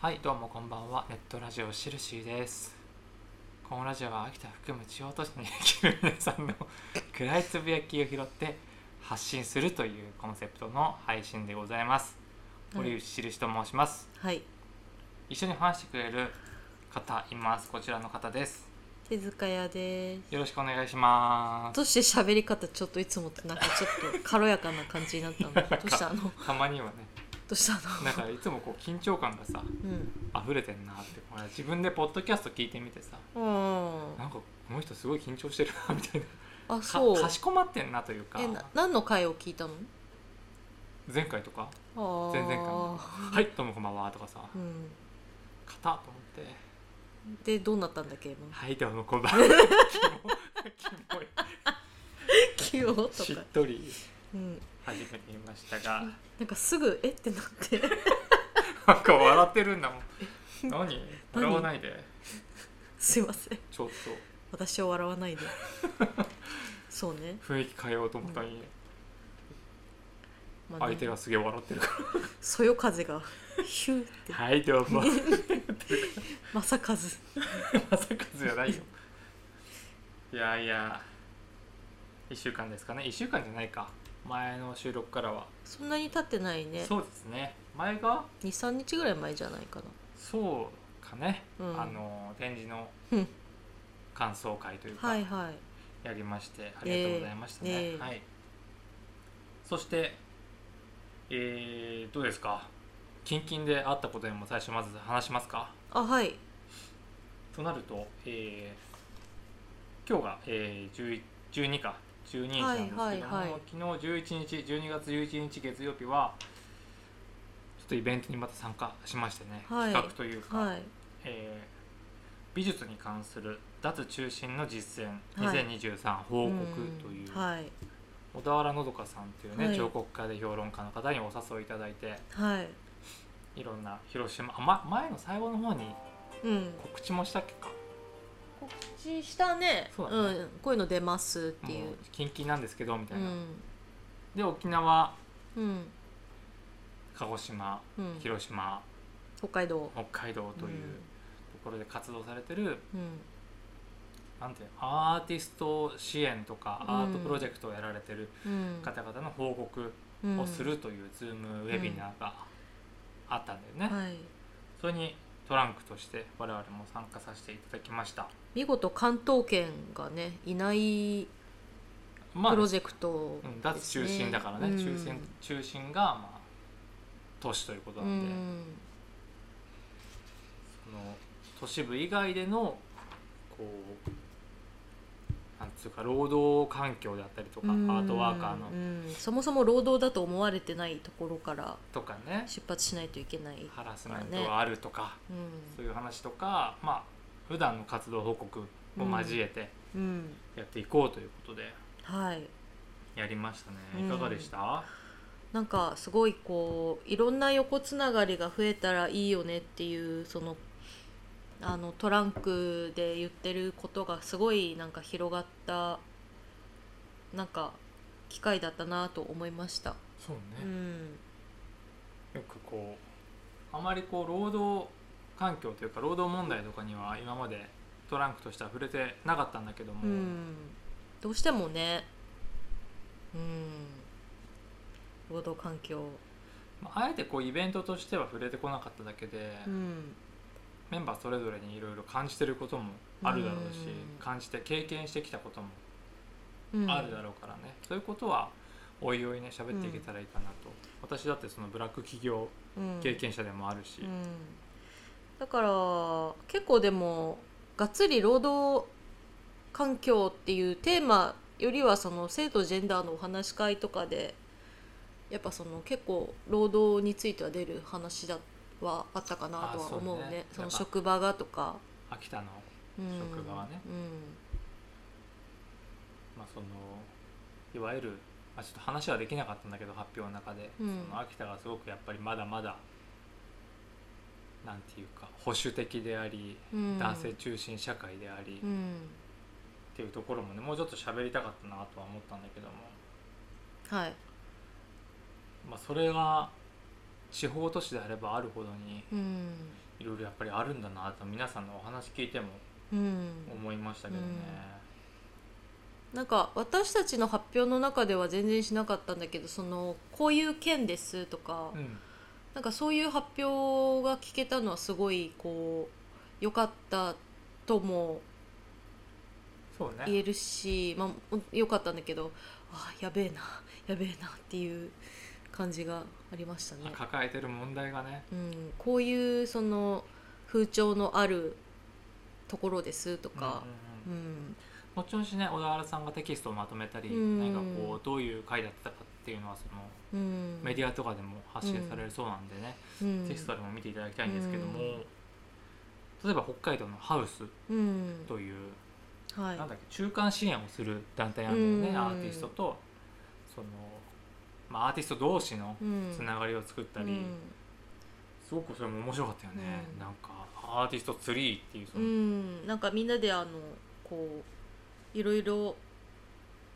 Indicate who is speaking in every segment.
Speaker 1: はいどうもこんばんはネットラジオシルシーですこのラジオは秋田含む地方都市に生きる皆さんの暗いつぶやきを拾って発信するというコンセプトの配信でございます
Speaker 2: うん
Speaker 1: 堀内しるしと申します、
Speaker 2: はい、
Speaker 1: 一緒に話してくれる方いますこちらの方です
Speaker 2: 手塚屋です。
Speaker 1: よろしくお願いします
Speaker 2: どうして喋り方ちょっといつもとなんかちょっと軽やかな感じに なったの。どうしたの？ど
Speaker 1: たまにはね
Speaker 2: うしたの？
Speaker 1: なんかいつもこう緊張感がさ
Speaker 2: うん。
Speaker 1: 溢れてんなってこれ自分でポッドキャスト聞いてみてさ
Speaker 2: うん
Speaker 1: なんかこの人すごい緊張してるなみたいな
Speaker 2: あ、
Speaker 1: か
Speaker 2: そう。
Speaker 1: かしこまってんなというか
Speaker 2: え、な何の回を聞いたの？
Speaker 1: 前回とか
Speaker 2: あー
Speaker 1: 前々回も「はいどうもこんばんは」とかさ
Speaker 2: うん。
Speaker 1: 「かた」と思って
Speaker 2: でどうなったんだっけ
Speaker 1: 「
Speaker 2: 今？
Speaker 1: はいどうもこんばんは」キモキモい
Speaker 2: 気をと
Speaker 1: しっ
Speaker 2: か。
Speaker 1: とり
Speaker 2: うん。
Speaker 1: 初めて言いましたが
Speaker 2: なんかすぐえってなって。
Speaker 1: なんか笑ってるんだもん何笑わないです
Speaker 2: いません。
Speaker 1: ちょっ
Speaker 2: 私を笑わないで。そうね。
Speaker 1: と雰囲気変えようと思ったのに
Speaker 2: まあね
Speaker 1: 相手がすげえ笑ってるか
Speaker 2: そよ風がヒューって
Speaker 1: ら「はいどうも」
Speaker 2: まさかず。
Speaker 1: まさかじゃないよいやいや1週間ですかね1週間じゃないか前の収録からは、
Speaker 2: そんなに経ってないね。
Speaker 1: そうですね前が
Speaker 2: 二三日ぐらい前じゃないかな。
Speaker 1: そうかね、
Speaker 2: うん
Speaker 1: あの展示の
Speaker 2: うん
Speaker 1: 感想会というか、
Speaker 2: はいはい。
Speaker 1: やりましてありがとうございましたね、
Speaker 2: ええ
Speaker 1: はいそしてえー、どうですか近々であったことにも最初まず話しますか
Speaker 2: あはい。
Speaker 1: となると、えー今日が、えー、11 12か12日なんですけども、
Speaker 2: はいはいはい
Speaker 1: 昨日11日12月11日月曜日はちょっとイベントにまた参加しましてね、
Speaker 2: はい
Speaker 1: 企画というか、
Speaker 2: はい。
Speaker 1: えー美術に関する脱中心の実践
Speaker 2: はい
Speaker 1: 2023報告という、
Speaker 2: んはい
Speaker 1: 小田原のどかさんというね、
Speaker 2: はい
Speaker 1: 彫刻家で評論家の方にお誘いいただいて
Speaker 2: はい。
Speaker 1: いろんな広島あ、ま、前の最後の方に
Speaker 2: うん。
Speaker 1: 告知もしたっけか
Speaker 2: 告知したね。
Speaker 1: そう
Speaker 2: う
Speaker 1: だね
Speaker 2: ん。こういうの出ますってい
Speaker 1: もう
Speaker 2: う。
Speaker 1: 近々なんですけどみた
Speaker 2: う
Speaker 1: いな、
Speaker 2: ん。
Speaker 1: で沖縄
Speaker 2: うん。
Speaker 1: 鹿児島
Speaker 2: うん。
Speaker 1: 広島
Speaker 2: 北海道。
Speaker 1: 北海道というところで活動されてる、
Speaker 2: うん。
Speaker 1: なんていうのアーティスト支援とか
Speaker 2: うん
Speaker 1: アートプロジェクトをやられてる
Speaker 2: うん。
Speaker 1: 方々の報告
Speaker 2: うん
Speaker 1: をする。という Zoom ウェビナーがあったんだよね、
Speaker 2: はい。
Speaker 1: それにトランクとして我々も参加させていただきました
Speaker 2: 見事関東圏がねいない
Speaker 1: まあ、
Speaker 2: プ
Speaker 1: う
Speaker 2: ロ
Speaker 1: ん、
Speaker 2: ジェクトですね、
Speaker 1: 脱中心だからね、
Speaker 2: うん
Speaker 1: 中心中心がまあ都市ということ
Speaker 2: う
Speaker 1: なんで、
Speaker 2: ん。
Speaker 1: その都市部以外でのこうなんつうか労働環境であったりとか、
Speaker 2: うん
Speaker 1: アートワーカーの
Speaker 2: うんそもそも労働だと思われてないところから
Speaker 1: とかね
Speaker 2: 出発しないといけない。
Speaker 1: ハラスメントがあるとか、
Speaker 2: うん
Speaker 1: そういう話とかまあ普段の活動報告を交えて
Speaker 2: うん。
Speaker 1: やっていこうということで
Speaker 2: はい。
Speaker 1: やりましたね、
Speaker 2: うん
Speaker 1: いかがでした
Speaker 2: なんかすごいこういろんな横つながりが増えたらいいよねっていうそのあのトランクで言ってることがすごいなんか広がったなんか機会だったなと思いました。
Speaker 1: そう
Speaker 2: う
Speaker 1: ね、
Speaker 2: ん、
Speaker 1: よくこうあまりこう労働環境というか労働問題とかには今までトランクとしては触れてなかったんだけども、
Speaker 2: うん、どうしてもね、うん、労働環境、
Speaker 1: まああえてこうイベントとしては触れてこなかっただけで、
Speaker 2: うん、
Speaker 1: メンバーそれぞれにいろいろ感じてることもあるだろうし、
Speaker 2: うん
Speaker 1: 感じて経験してきたことも
Speaker 2: うん
Speaker 1: あるだろうからね、そういうことはおいおいね喋っていけたらいいかなと、私だってそのブラック企業
Speaker 2: うん
Speaker 1: 経験者でもあるし、
Speaker 2: うん、だから結構でもがっつり労働環境っていうテーマよりはその性とジェンダーのお話し会とかでやっぱその結構労働については出る話だはあったかなと
Speaker 1: あ
Speaker 2: は
Speaker 1: そうね
Speaker 2: 思うねそ
Speaker 1: や
Speaker 2: の
Speaker 1: っぱ
Speaker 2: 職場がとか、
Speaker 1: 秋田の、
Speaker 2: うん、
Speaker 1: 職場はねまあ、そのいわゆる、まあ、ちょっと話はできなかったんだけど発表の中で、
Speaker 2: うん
Speaker 1: その秋田がすごくやっぱりまだまだなんていうか保守的であり、
Speaker 2: うん、うん、
Speaker 1: 男性中心社会であり、
Speaker 2: う
Speaker 1: っ
Speaker 2: ん
Speaker 1: ていうところもねもうちょっと喋りたかったなとは思ったんだけども、
Speaker 2: はい
Speaker 1: まあ、それが地方都市であればあるほどに
Speaker 2: うん
Speaker 1: いろいろやっぱりあるんだなと皆さんのお話聞いても
Speaker 2: うん、
Speaker 1: 思いましたけどね、
Speaker 2: なんか私たちの発表の中では全然しなかったんだけどそのこういう件ですとか、
Speaker 1: うん
Speaker 2: なんかそういう発表が聞けたのはすごいこう良かったとも
Speaker 1: そう
Speaker 2: 言
Speaker 1: ね
Speaker 2: えるし、まあ、良かったんだけどあやべえなやべえなっていう感じがありましたね。
Speaker 1: 抱えてる問題がね
Speaker 2: うん、こういうその風潮のあるところですとか、
Speaker 1: うんうんうん
Speaker 2: うん
Speaker 1: もちろんしね小田原さんがテキストをまとめたり、
Speaker 2: うん
Speaker 1: 何かこうどういう回だったかっていうのはその
Speaker 2: うん
Speaker 1: メディアとかでも発信されるそうなんでね、
Speaker 2: うん
Speaker 1: テキストでも見ていただきたいんですけども、例えば北海道のハウス
Speaker 2: うん
Speaker 1: という、
Speaker 2: はい
Speaker 1: なんだっけ中間支援をする団体なんだよね、
Speaker 2: うん
Speaker 1: アーティストとその、まあ、アーティスト同士の
Speaker 2: うん
Speaker 1: つながりを作ったり、すごくそれも面白かったよね、
Speaker 2: うん
Speaker 1: なんかアーティストツリーっていうそ
Speaker 2: う
Speaker 1: の、
Speaker 2: ん、うんなんかみんなであのこういろいろ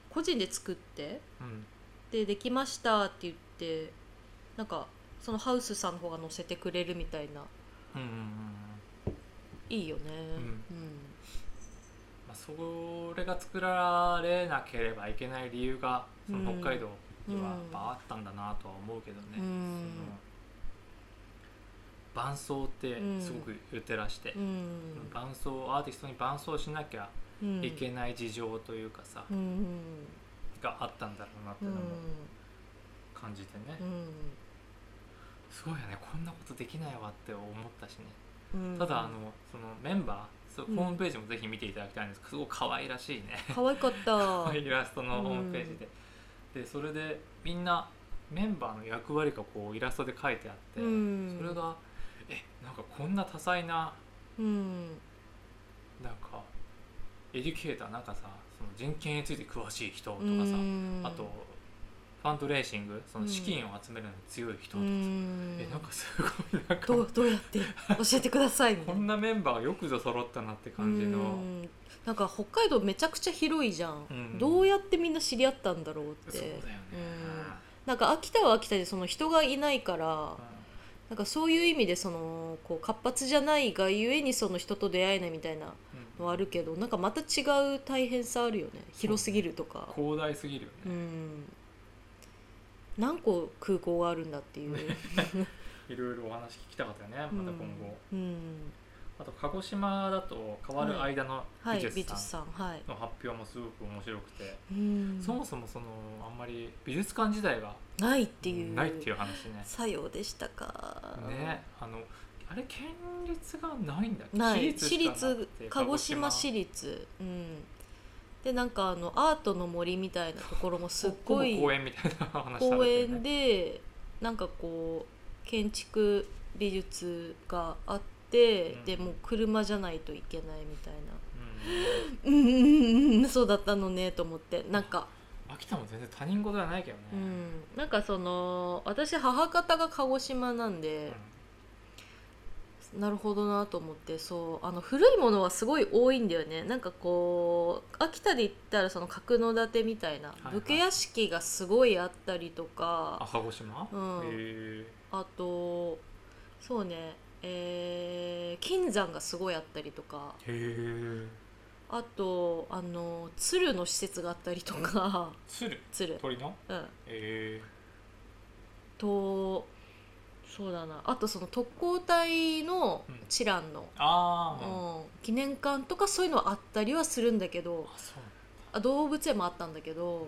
Speaker 2: 個人で作って
Speaker 1: うん
Speaker 2: でできましたって言ってなんかそのハウスさんの方が載せてくれるみたいな
Speaker 1: うんうんうんうん
Speaker 2: いいよね
Speaker 1: まあ、それが作られなければいけない理由がその
Speaker 2: うん
Speaker 1: 北海道にはやっぱあったんだなとは思うけどね、
Speaker 2: うん
Speaker 1: その伴奏ってすごく言ってらして、
Speaker 2: うんうん
Speaker 1: 伴奏アーティストに伴奏しなきゃ
Speaker 2: うん
Speaker 1: いけない事情というかさ、
Speaker 2: うん
Speaker 1: があったんだろうなって
Speaker 2: う
Speaker 1: い
Speaker 2: ん
Speaker 1: うのも感じてね、
Speaker 2: うん
Speaker 1: すごいよねこんなことできないわって思ったしね、
Speaker 2: うん
Speaker 1: ただあのそのメンバーそう
Speaker 2: うん
Speaker 1: ホームページもぜひ見ていただきたいんですけどすごく可愛らしいね
Speaker 2: 可愛かった
Speaker 1: イラストのホームページで、でそれでみんなメンバーの役割がこうイラストで書いてあって、
Speaker 2: うん
Speaker 1: それがえなんかこんな多彩な
Speaker 2: うん
Speaker 1: なんかエデュケーターなんかさその人権について詳しい人とかさ、
Speaker 2: うん
Speaker 1: あとファンドレーシングその資金を集めるのに強い人とかさ、
Speaker 2: うん
Speaker 1: えなんかすごいなんか
Speaker 2: どうどうやって教えてくださいみ
Speaker 1: こ
Speaker 2: たいなん
Speaker 1: なメンバーがよくぞ揃ったなって感じの、
Speaker 2: うんなんか北海道めちゃくちゃ広いじゃん、
Speaker 1: うん
Speaker 2: どうやってみんな知り合ったんだろうっ
Speaker 1: そうだよね
Speaker 2: て、なんか秋田は秋田でその人がいないからなんかそういう意味でそのこう活発じゃないがゆえにその人と出会えないみたいな
Speaker 1: うん
Speaker 2: のはあるけどなんかまた違う大変さあるよね広すぎるとか
Speaker 1: 広大すぎるよね、
Speaker 2: うん何個空港があるんだっていう、
Speaker 1: いろいろお話聞きたかったよねまた今後、
Speaker 2: うん、
Speaker 1: あと鹿児島だと変わる間の
Speaker 2: は
Speaker 1: 美
Speaker 2: い美
Speaker 1: 術
Speaker 2: 術
Speaker 1: さ
Speaker 2: さんはい
Speaker 1: んの発表もすごく面白くて、
Speaker 2: うん
Speaker 1: そもそもそのあんまり美術館自体が
Speaker 2: ないっていう
Speaker 1: ないっていう話ね。
Speaker 2: 作用でしたか
Speaker 1: ねあのあれ県立がないんだっけ
Speaker 2: ない
Speaker 1: し
Speaker 2: 私
Speaker 1: かなく
Speaker 2: 立
Speaker 1: て
Speaker 2: 鹿児島市立うんでなんかあのアートの森みたいなところもすっご
Speaker 1: ほ
Speaker 2: い
Speaker 1: ぼ公園みたいな話されてるね
Speaker 2: 公園でなんかこう建築美術があって、
Speaker 1: うん
Speaker 2: でもう車じゃないといけないみたい
Speaker 1: う
Speaker 2: な
Speaker 1: ん
Speaker 2: うんうんうんうんそうだったのねと思ってなんか
Speaker 1: 秋田も全然他人事ではないけどね、
Speaker 2: うんなんかその私母方が鹿児島なん
Speaker 1: う
Speaker 2: で
Speaker 1: ん、
Speaker 2: なるほどなと思ってそうあの古いものはすごい多いんだよねなんかこう秋田で言ったらその角館みたいない
Speaker 1: はい
Speaker 2: 武家屋敷がすごいあったりと
Speaker 1: あ
Speaker 2: か
Speaker 1: 鹿児島、
Speaker 2: うん
Speaker 1: へえ
Speaker 2: あとそうねえー金山がすごいあったりとか
Speaker 1: へえ
Speaker 2: あとあの鶴の施設があったりと か
Speaker 1: 鶴
Speaker 2: 鶴、
Speaker 1: 鳥の
Speaker 2: うん、
Speaker 1: へえ
Speaker 2: とそうだなあとその特攻隊の
Speaker 1: うん
Speaker 2: 知覧の、
Speaker 1: あ
Speaker 2: う
Speaker 1: ー、あ
Speaker 2: ん記念館とかそういうのはあったりはするんだけど
Speaker 1: そう
Speaker 2: あ動物園もあったんだけど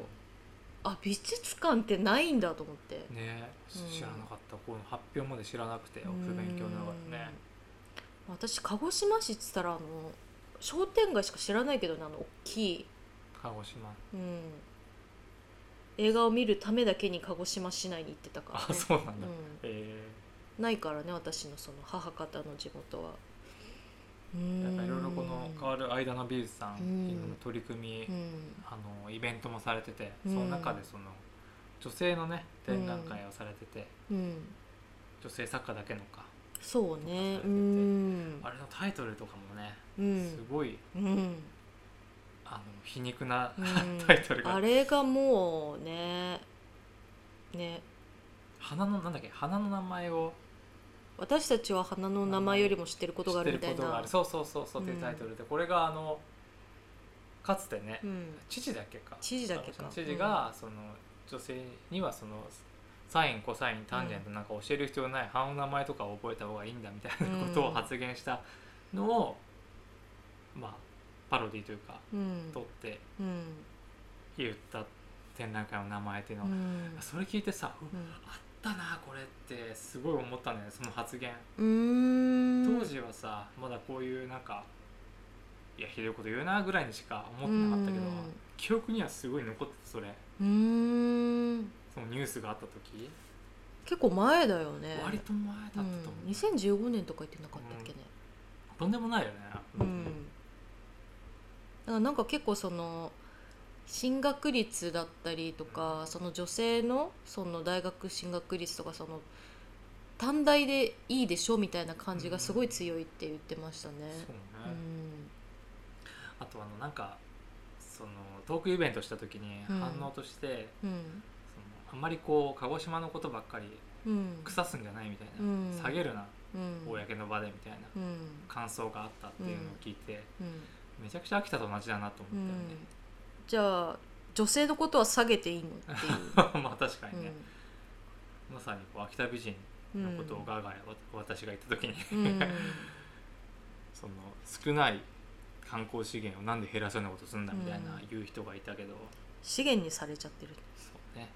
Speaker 2: あ美術館ってないんだと思って
Speaker 1: ね
Speaker 2: うん
Speaker 1: 知らなかった、この発表まで知らなくてお勉強ながらね
Speaker 2: うん私鹿児島市っつったらあの商店街しか知らないけどねあの大きい、
Speaker 1: 鹿児島
Speaker 2: うん、映画を見るためだけに鹿児島市内に行ってたから、ね
Speaker 1: あ、そうなんだ、
Speaker 2: うん
Speaker 1: え
Speaker 2: ないからね私のその母方の地元はうー
Speaker 1: ー、なん
Speaker 2: ん
Speaker 1: かいろいろこの変わる間の美術さん、
Speaker 2: うん
Speaker 1: いろんな取り組み、
Speaker 2: うん
Speaker 1: あのイベントもされててそ
Speaker 2: うん
Speaker 1: の中でその女性のね展覧会をされてて、
Speaker 2: うん
Speaker 1: 女性作家だけのか
Speaker 2: そうねうーん
Speaker 1: あれのタイトルとかもね、
Speaker 2: う
Speaker 1: す
Speaker 2: ん
Speaker 1: ごい
Speaker 2: うん
Speaker 1: あの皮肉な、
Speaker 2: う
Speaker 1: タイトル
Speaker 2: ん
Speaker 1: が
Speaker 2: あれがもうねね
Speaker 1: 花のなんだっけ花の名前を
Speaker 2: 私たちは花の名前よりも知ってること
Speaker 1: 知
Speaker 2: があ
Speaker 1: っ
Speaker 2: る
Speaker 1: て
Speaker 2: み
Speaker 1: るこ
Speaker 2: たい
Speaker 1: とがあ
Speaker 2: な
Speaker 1: る。そうそうそうそうっていう
Speaker 2: うん
Speaker 1: タイトルで、これがあのかつてね、
Speaker 2: うん、
Speaker 1: 知事だっけか
Speaker 2: 知事だっけか
Speaker 1: あの知事が、その女性にはそのサインコサインタンジェントなんか教える必要ない半音の名前とかを覚えた方がいいんだみたいなことを
Speaker 2: うん
Speaker 1: 発言したのを、まあパロディというか
Speaker 2: うん
Speaker 1: 取って
Speaker 2: うん
Speaker 1: 言った展覧会の名前っていうの
Speaker 2: う
Speaker 1: は、
Speaker 2: ん
Speaker 1: それ聞いてさ、うわあったなこれってすごい思ったんだよねその発言。
Speaker 2: うん
Speaker 1: 当時はさまだこういうなんかいやひどいこと言うなぐらいにしか思ってなかったけど、
Speaker 2: うん
Speaker 1: 記憶にはすごい残ってたそれ
Speaker 2: うん
Speaker 1: そのニュースがあった時、
Speaker 2: 結構前だよね
Speaker 1: 割と前だったと
Speaker 2: う
Speaker 1: 思
Speaker 2: ん
Speaker 1: う、、
Speaker 2: 2015年とか言ってなかったっけね、
Speaker 1: とんでもないよね、
Speaker 2: うん、だからなんか結構その進学率だったりとかその女性のその大学進学率とかその短大でいいでしょみたいな感じがすごい強いって言ってましたね。
Speaker 1: そうね、
Speaker 2: うん
Speaker 1: あとあのなんかそのトークイベントした時に
Speaker 2: うん
Speaker 1: 反応として、
Speaker 2: う
Speaker 1: そ
Speaker 2: ん
Speaker 1: のあんまりこう鹿児島のことばっかり
Speaker 2: うん
Speaker 1: 腐すんじゃないみたいな、
Speaker 2: うん
Speaker 1: 下げるな
Speaker 2: うん
Speaker 1: 公の場でみたいな
Speaker 2: うん
Speaker 1: 感想があったっていうのを聞いて、
Speaker 2: うん
Speaker 1: めちゃくちゃ秋田と同じだなと思
Speaker 2: う
Speaker 1: っ
Speaker 2: ん
Speaker 1: たよね、
Speaker 2: じゃあ女性のことは下げていいのっていう。
Speaker 1: まあ確かにね、まさにこう秋田美人
Speaker 2: うん
Speaker 1: のことをガーガーわ私が言った時に
Speaker 2: うん
Speaker 1: その少ない観光資源をなんで減らすようなことするんだみたいな
Speaker 2: うん
Speaker 1: 言う人がいたけど、
Speaker 2: 資源にされちゃってる
Speaker 1: そうね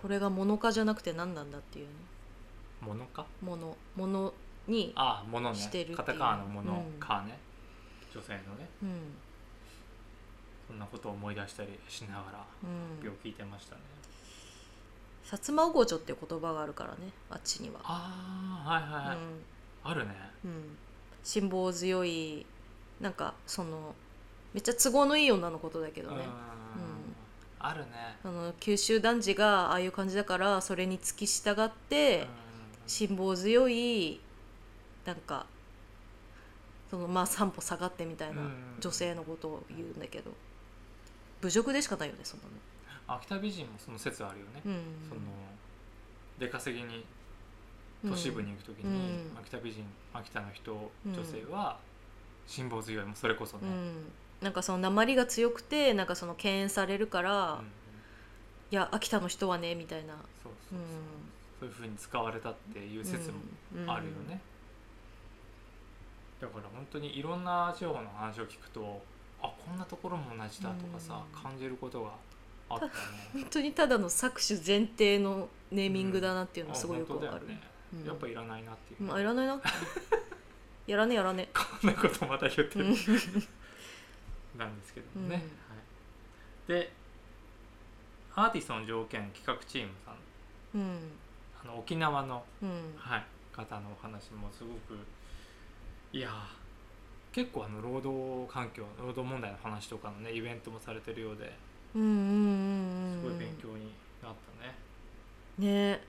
Speaker 2: これが物化じゃなくて何なんだっていうね
Speaker 1: 物か
Speaker 2: ものものに、
Speaker 1: ああ物ね
Speaker 2: してるっていう
Speaker 1: カタカナの物
Speaker 2: うん
Speaker 1: かね、女性のね
Speaker 2: うん
Speaker 1: そんなことを思い出したりしながら
Speaker 2: うん、
Speaker 1: 病気聞いてましたね、
Speaker 2: 薩摩おちょっていう言葉があるからねあっちには、
Speaker 1: ああはいはいはい、あるね
Speaker 2: うんうん、辛抱強いなんかそのめっちゃ都合のいい女のことだけ
Speaker 1: う
Speaker 2: ど
Speaker 1: ん
Speaker 2: ね、
Speaker 1: あるね
Speaker 2: あの九州男児がああいう感じだからそれに付き従って、辛抱強いなんかそのまあ三歩下がってみたいな
Speaker 1: うん
Speaker 2: 女性のことを言うんだけど侮辱でしかないよねそんなの。
Speaker 1: 秋田美人もその説あるよね、
Speaker 2: うん
Speaker 1: その出稼ぎに都市部に行く時に、
Speaker 2: うん
Speaker 1: 秋田美人秋田の人
Speaker 2: うん
Speaker 1: 女性は辛抱強いもうそれこそね
Speaker 2: う、んうんなんかその鉛が強くてなんかその敬遠されるから、
Speaker 1: うん
Speaker 2: いや秋田の人はねみたいな、
Speaker 1: そう
Speaker 2: う
Speaker 1: そ
Speaker 2: ん
Speaker 1: うそう、そういうふうに使われたっていう説も
Speaker 2: うん
Speaker 1: あるよね、だから本当にいろんな地方の話を聞くとあこんなところも同じだとかさ、
Speaker 2: うん
Speaker 1: 感じることがあ ったね
Speaker 2: 本当にただの搾取前提のネーミングだなっていうのはすごいよくわ
Speaker 1: あ
Speaker 2: か
Speaker 1: 本当、
Speaker 2: る
Speaker 1: だよね、
Speaker 2: うん
Speaker 1: やっぱいらないなっていう、
Speaker 2: うんあいらな いなやらねやらね
Speaker 1: こんなことまた言って
Speaker 2: う
Speaker 1: る、
Speaker 2: ん
Speaker 1: なんですけど
Speaker 2: う
Speaker 1: も
Speaker 2: ん
Speaker 1: ね、はい、でアーティストの条件企画チームさん
Speaker 2: うん
Speaker 1: あの沖縄の、
Speaker 2: うん
Speaker 1: はい、方のお話もすごくいやー結構あの労働環境労働問題の話とかのねイベントもされてるようで
Speaker 2: うんうんうんうん
Speaker 1: すごい勉強になったね、
Speaker 2: ね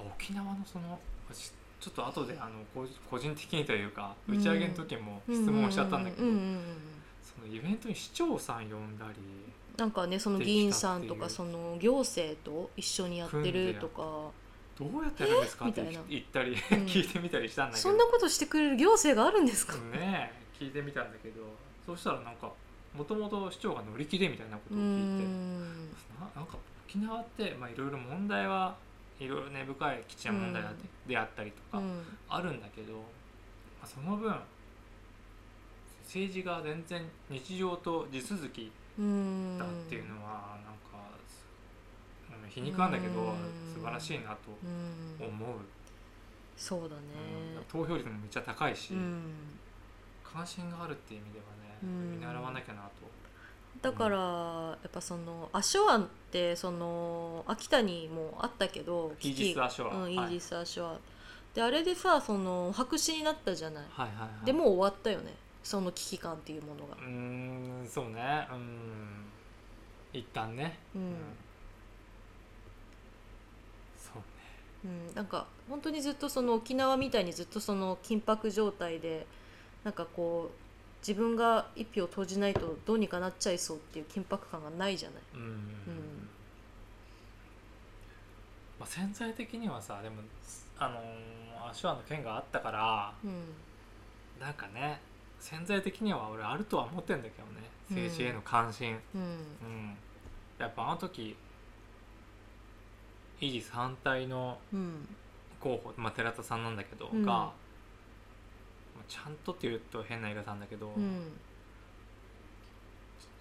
Speaker 1: うんあ沖縄のその私ちょっと後であのこう個人的にというか打ち上げの時も質問をしちゃったんだけど、
Speaker 2: うううんうんうん
Speaker 1: そのイベントに市長さん呼んだり
Speaker 2: なんかねその議員さんと
Speaker 1: で
Speaker 2: か
Speaker 1: きた
Speaker 2: その行政と一緒にやってるとか
Speaker 1: どうやってやるんですか
Speaker 2: え
Speaker 1: って
Speaker 2: みたいな
Speaker 1: 言ったり、
Speaker 2: ん
Speaker 1: 聞いてみたりしたんだけど
Speaker 2: そんなことしてくれる行政があるんですか、
Speaker 1: ねえ聞いてみたんだけどそうしたらなんかもともと市長が乗り気でみたいなこと
Speaker 2: う
Speaker 1: を
Speaker 2: ー
Speaker 1: 聞いて
Speaker 2: ん
Speaker 1: ななんか沖縄ってまあいろいろ問題はいろいろ根深い基地や問題だってであったりと
Speaker 2: う
Speaker 1: か
Speaker 2: ん
Speaker 1: あるんだけど、まあ、その分政治が全然日常と地続き
Speaker 2: うーん
Speaker 1: だっていうのはなんかすうん皮肉なんだけど
Speaker 2: うん
Speaker 1: 素晴らしいなと
Speaker 2: うん
Speaker 1: 思う、
Speaker 2: そうだね
Speaker 1: うん投票率もめっちゃ高いし、
Speaker 2: うん
Speaker 1: 関心があるっていう意味では
Speaker 2: う
Speaker 1: ね
Speaker 2: ん
Speaker 1: 見習わなきゃなと
Speaker 2: だからやっぱそのアショアンってその秋田にもあったけど
Speaker 1: イージス・アショア、
Speaker 2: うん、イ
Speaker 1: は
Speaker 2: ー
Speaker 1: い、
Speaker 2: ジス・アショアであれでさその白紙になったじゃない
Speaker 1: はいはいはい
Speaker 2: でもう終わったよねその危機感っていうものが
Speaker 1: う、ーんそうねうーん一旦ね
Speaker 2: うん
Speaker 1: うんそうね
Speaker 2: うんなんか本当にずっとその沖縄みたいにずっとその緊迫状態でなんかこう自分が一票を投じないとどうにかなっちゃいそうっていう緊迫感がないじゃない
Speaker 1: うん、
Speaker 2: ん
Speaker 1: まあ、潜在的にはさでもあのー、アシュアの件があったから
Speaker 2: うん
Speaker 1: なんかね潜在的には俺あるとは思ってんだけどね
Speaker 2: うん
Speaker 1: 政治への関心、
Speaker 2: うん
Speaker 1: うんやっぱあの時維持反対の
Speaker 2: うん
Speaker 1: 候補、まあ、寺田さんなんだけどが、
Speaker 2: うん
Speaker 1: まあちゃんとって言うと変な言い方なんだけど、
Speaker 2: うん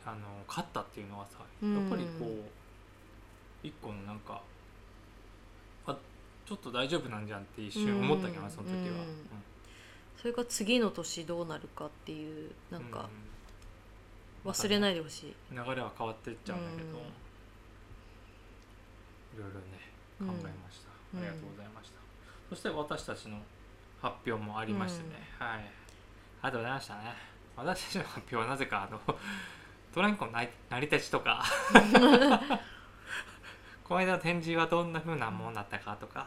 Speaker 1: あの勝ったっていうのはさ
Speaker 2: うん
Speaker 1: やっぱりこう一個のなんかあちょっと大丈夫なんじゃんって一瞬思ったけどな、
Speaker 2: うん
Speaker 1: その時は。
Speaker 2: うんそれが次の年どうなるかっていうなんか忘れ
Speaker 1: い
Speaker 2: ないでほしい、
Speaker 1: 流れは変わってっちゃうんだけど、
Speaker 2: うん
Speaker 1: いろいろね
Speaker 2: うん
Speaker 1: 考えました、
Speaker 2: うん
Speaker 1: ありがとうございましたそして私たちの発表もありましてね、はいありがとうございましたね私たちの発表はなぜかあのトランコの成り立ちと かこの間の展示はどんな風なものだったかとか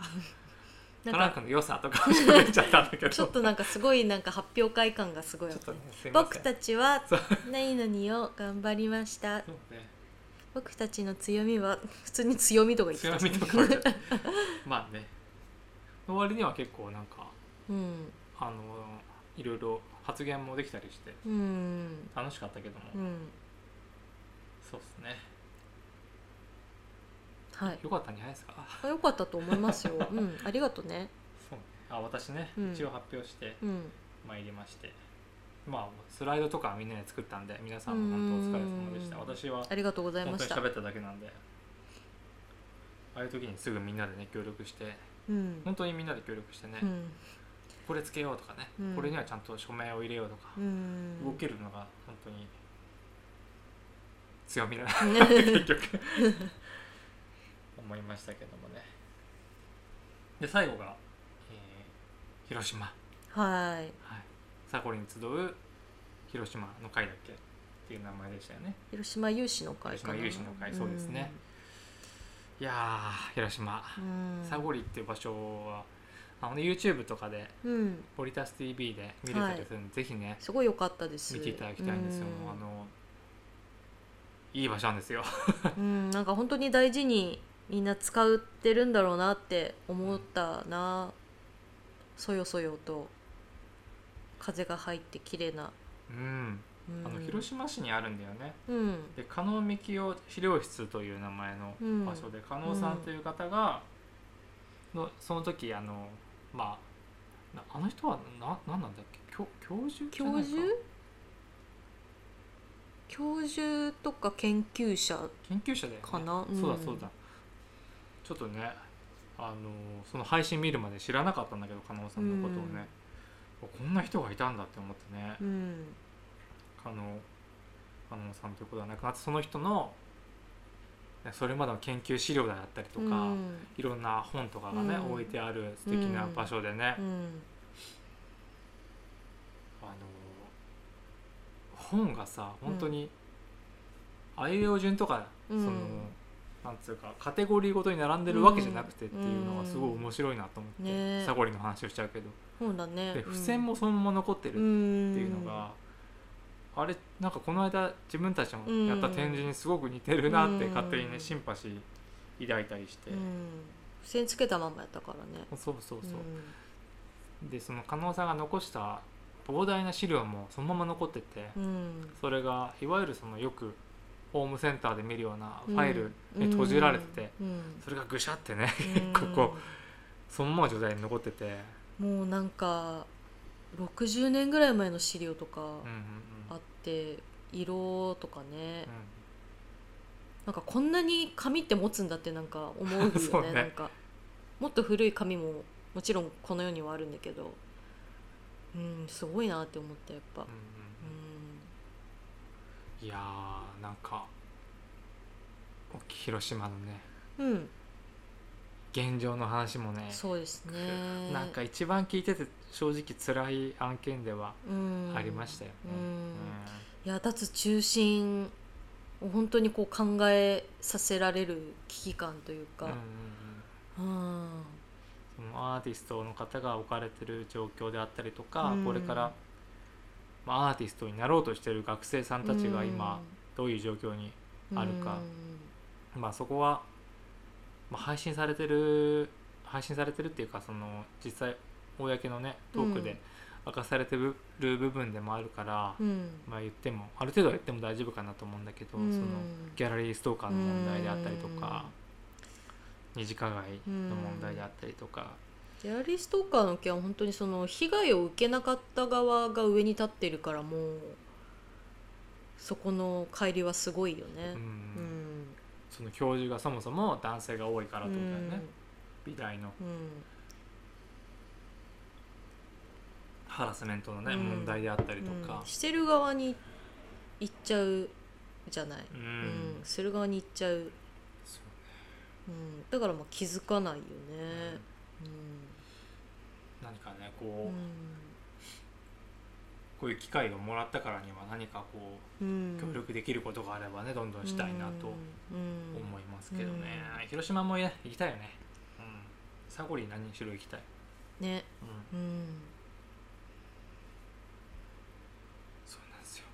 Speaker 1: ト
Speaker 2: な
Speaker 1: ラ
Speaker 2: ん
Speaker 1: ン
Speaker 2: か
Speaker 1: コの良さとか喋っちゃったんだけど
Speaker 2: ちょっとなんかすごいなんか発表会感がすごい
Speaker 1: ちょっとねすいません
Speaker 2: 僕たちは
Speaker 1: そう
Speaker 2: 何々を頑張りました
Speaker 1: そうね
Speaker 2: 僕たちの強みは普通に強みとか言って
Speaker 1: 強
Speaker 2: た
Speaker 1: みとかはちょっとまあねの割には結構なんか
Speaker 2: うん
Speaker 1: あのいろいろ発言もできたりして
Speaker 2: うん
Speaker 1: 楽しかったけども、
Speaker 2: うん
Speaker 1: そうですね
Speaker 2: はい
Speaker 1: よかったんじゃないですか
Speaker 2: あよかったと思 いますよ、うん、ありがとね
Speaker 1: そうねあ私ね、
Speaker 2: うん
Speaker 1: 一応発表して
Speaker 2: うん
Speaker 1: 参りましてまあスライドとかみんなで作ったんで皆さんも本当お疲れ様でした
Speaker 2: うん
Speaker 1: 私は
Speaker 2: ありがとうござい
Speaker 1: 本
Speaker 2: ま
Speaker 1: 当に
Speaker 2: した
Speaker 1: 喋っただけなんでああいう時にすぐみんなでね協力して
Speaker 2: うん
Speaker 1: 本当にみんなで協力してね、
Speaker 2: うん
Speaker 1: これつけようとかね、
Speaker 2: うん
Speaker 1: これにはちゃんと署名を入れようとか、
Speaker 2: うん
Speaker 1: 動けるのが本当に強みだな
Speaker 2: ね
Speaker 1: 結局思いましたけどもねで最後が、えー広島、は
Speaker 2: はい
Speaker 1: い、サコリに集う広島の会だっけっていう名前でしたよね
Speaker 2: 広島有志の会かな
Speaker 1: 広島有志の会そうですねいやー広島、
Speaker 2: うん
Speaker 1: サゴリっていう場所はあの YouTube とかで
Speaker 2: うん
Speaker 1: ポリタス TV で見れたりするんで、ぜひね
Speaker 2: すごい良かったです
Speaker 1: 見ていただきたいんですよ、もうあのいい場所なんですよ
Speaker 2: うんうんなんか本当に大事にみんな使ってるんだろうなって思ったな、そよそよと風が入って綺麗な、
Speaker 1: うん、
Speaker 2: うん、
Speaker 1: あの広島市にあるんだよね
Speaker 2: うん
Speaker 1: で加納幹夫資料室という名前の
Speaker 2: うん
Speaker 1: 場所で、加納さんという方がのその時あのまあなあの人はな何なんだっけ教教授じゃ
Speaker 2: 教
Speaker 1: ないか
Speaker 2: 授教授とか研究者
Speaker 1: 研究者だよね
Speaker 2: かなうん
Speaker 1: そうだそうだちょっとねあのその配信見るまで知らなかったんだけど加納さんのことをね、こんな人がいたんだって思ってね、
Speaker 2: うん
Speaker 1: 加納加納さんということはなくなってその人のねそれまでの研究資料だったりとか、
Speaker 2: うん
Speaker 1: いろんな本とかがね、
Speaker 2: うん
Speaker 1: 置いてある素敵な場所でね、
Speaker 2: うん
Speaker 1: あの本がさ本当に、あいうえお順とか、
Speaker 2: うん
Speaker 1: そのなんつうかカテゴリーごとに並んでるわけじゃなくてっていうの
Speaker 2: う
Speaker 1: が
Speaker 2: ん
Speaker 1: すごい面白いなと思って、
Speaker 2: ね
Speaker 1: サゴリの話をしちゃうけど、
Speaker 2: そうだね
Speaker 1: で付箋もそのまま残ってる
Speaker 2: っ
Speaker 1: っていうのが、あれなんかこの間自分たちもやった展示にすごく似てるなって
Speaker 2: うん
Speaker 1: 勝手にねシンパシー抱いたりして、
Speaker 2: うん、付箋つけたままやったからね
Speaker 1: そうそうそう、
Speaker 2: ん
Speaker 1: でその加納さんが残した膨大な資料もそのまま残ってて、
Speaker 2: うん
Speaker 1: それがいわゆるそのよくホームセンターで見るようなファイルに
Speaker 2: うん
Speaker 1: 閉じられてて、
Speaker 2: うん
Speaker 1: それがぐしゃってね
Speaker 2: う
Speaker 1: こ
Speaker 2: ん
Speaker 1: こそのまま状態に残ってて、うん
Speaker 2: もうなんか60年ぐらい前の資料とか
Speaker 1: うんうん
Speaker 2: あって、色とかね、
Speaker 1: う
Speaker 2: なんかこんなに紙って持つんだってなんか思うよ
Speaker 1: そう
Speaker 2: ね
Speaker 1: ね
Speaker 2: なんかもっと古い紙ももちろんこの世にはあるんだけどうんすごいなって思ったやっぱ
Speaker 1: んうん
Speaker 2: う
Speaker 1: うんいやーなんか広島のね
Speaker 2: ん、うん、
Speaker 1: 現状の話もね
Speaker 2: そうですね
Speaker 1: なんか一番聞いてて正直辛い案件では
Speaker 2: うん
Speaker 1: ありましたよね。
Speaker 2: うんいや脱中心を本当にこう考えさせられる危機感という
Speaker 1: うんうんうん
Speaker 2: か、うん
Speaker 1: そのアーティストの方が置かれてる状況であったりとか、
Speaker 2: うん
Speaker 1: これから、まあ、アーティストになろうとしてる学生さんたちが今どういう状況に、あるか
Speaker 2: うん
Speaker 1: まあ、そこはまあ、配信されてる配信されてるっていうかその実際公のねトーク
Speaker 2: うん
Speaker 1: で明かされてる部分でもあるから、
Speaker 2: うん
Speaker 1: まあ言ってもある程度は言っても大丈夫かなと思うんだけど、
Speaker 2: うん
Speaker 1: そのギャラリーストーカーの問題であったりとか、二次加害の問題であったりとか、
Speaker 2: ギャラリーストーカーの件は本当にその被害を受けなかった側が上に立ってるからもうそこの乖離はすごいよね
Speaker 1: うん。
Speaker 2: うん
Speaker 1: その教授がそもそも男性が多いからってことだよね、美大の
Speaker 2: うんうん
Speaker 1: ハラスメントのね、
Speaker 2: うん
Speaker 1: 問題であったりと
Speaker 2: う
Speaker 1: か
Speaker 2: ん、してる側に行っちゃうじゃない、
Speaker 1: うん
Speaker 2: うんする側に行っちゃう、うん、
Speaker 1: そう
Speaker 2: だからまあ気づかないよね
Speaker 1: ね、
Speaker 2: う
Speaker 1: 何かねこ
Speaker 2: ん
Speaker 1: う、こういう機会をもらったからには何かこ
Speaker 2: うん
Speaker 1: う協力できることがあればねどんどんしたいなと
Speaker 2: うん
Speaker 1: 思いますけどね、
Speaker 2: う
Speaker 1: 広島もね行きたいよね、うん、サゴリ何しろ行きたい、
Speaker 2: うんね
Speaker 1: うん、
Speaker 2: うん
Speaker 1: そうなんですよ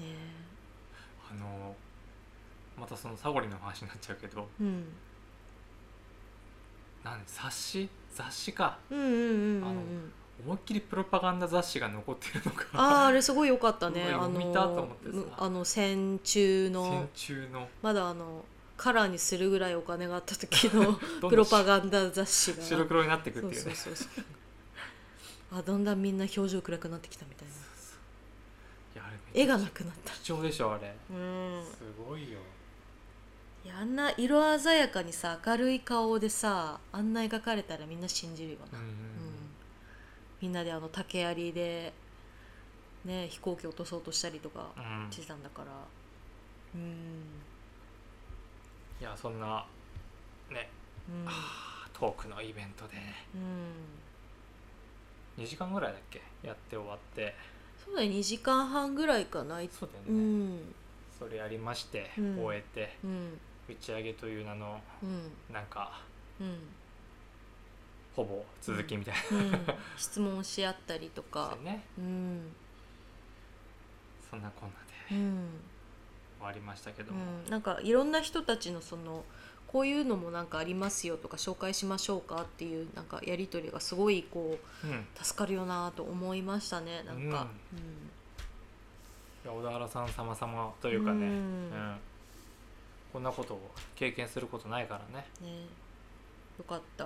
Speaker 2: ね
Speaker 1: あのまたそのサゴリの話になっちゃうけど
Speaker 2: うん
Speaker 1: なん冊子雑誌か
Speaker 2: うんうんうんうんう
Speaker 1: あの
Speaker 2: ん
Speaker 1: 思いっきりプロパガンダ雑誌が残ってるのか
Speaker 2: あああれすごい良かったね
Speaker 1: すごい
Speaker 2: あ
Speaker 1: 見たと思
Speaker 2: の
Speaker 1: ってさ
Speaker 2: あの戦中の
Speaker 1: 戦中の
Speaker 2: まだあのカラーにするぐらいお金があった時 の
Speaker 1: どんどん
Speaker 2: プロパガンダ雑誌が
Speaker 1: 白黒になってくっていうね
Speaker 2: そうそうそうそうあだんだんみんな表情暗くなってきたみたいない
Speaker 1: やあれめ
Speaker 2: 絵
Speaker 1: っちゃ
Speaker 2: がなくなった
Speaker 1: 貴重でしょあれ
Speaker 2: うん
Speaker 1: すごいよ
Speaker 2: いやあんな色鮮やかにさ明るい顔でさあんな描かれたらみんな信じるよ
Speaker 1: う
Speaker 2: な、
Speaker 1: ん
Speaker 2: うん
Speaker 1: うん
Speaker 2: みんなであの竹槍でね飛行機落とそうとしたりとか
Speaker 1: うん、うん
Speaker 2: してたんだからうん
Speaker 1: いやそんなね
Speaker 2: うん
Speaker 1: あートークのイベントで
Speaker 2: うん
Speaker 1: 2時間ぐらいだっけやって終わって
Speaker 2: そうだね2時間半ぐらいかない
Speaker 1: そうだよね、
Speaker 2: うん
Speaker 1: それやりまして、
Speaker 2: うん
Speaker 1: 終えて
Speaker 2: うん
Speaker 1: 打ち上げという名の
Speaker 2: うん
Speaker 1: なんか
Speaker 2: うん
Speaker 1: ほぼ続きみたい
Speaker 2: うん、質問し合ったりと
Speaker 1: な
Speaker 2: か
Speaker 1: の、でね、
Speaker 2: うん
Speaker 1: そんなこんな
Speaker 2: う
Speaker 1: で
Speaker 2: ん
Speaker 1: 終わりましたけど
Speaker 2: う
Speaker 1: も、
Speaker 2: ん、なんかいろんな人たちのそのこういうのもなんかありますよとか紹介しましょうかっていうなんかやり取りがすごいこ
Speaker 1: うんいう
Speaker 2: 助かるよなと思いましたねなんか、
Speaker 1: や小田原さん様様というかね、
Speaker 2: う
Speaker 1: う
Speaker 2: ん
Speaker 1: んこんなことを経験することないからね
Speaker 2: うんねよかった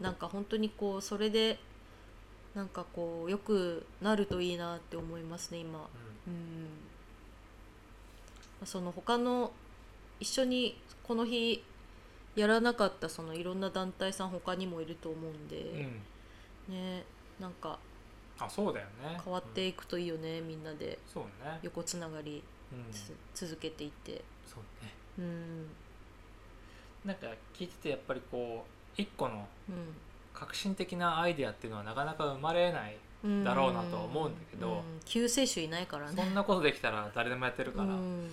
Speaker 2: なんか本当にこうそれでなんかこうよくなるといいなって思いますね今。うんまあその他の一緒にこの日やらなかったそのいろんな団体さん他にもいると思うんで、
Speaker 1: うん、うん
Speaker 2: ねなんか
Speaker 1: あそうだよね
Speaker 2: 変わって
Speaker 1: うん
Speaker 2: いくといいよね、みんなで
Speaker 1: そうね、
Speaker 2: 横つながり
Speaker 1: うん、
Speaker 2: つ
Speaker 1: そ、
Speaker 2: 続けていって
Speaker 1: うね
Speaker 2: うん
Speaker 1: なんか聞いててやっぱりこう一個の
Speaker 2: うん
Speaker 1: 革新的なアイデアっていうのはなかなか生まれない
Speaker 2: うん
Speaker 1: だろうなとは思うんだけど
Speaker 2: ん救世主いないから
Speaker 1: そ
Speaker 2: ね
Speaker 1: んなことできたら誰でもやってるから、
Speaker 2: うん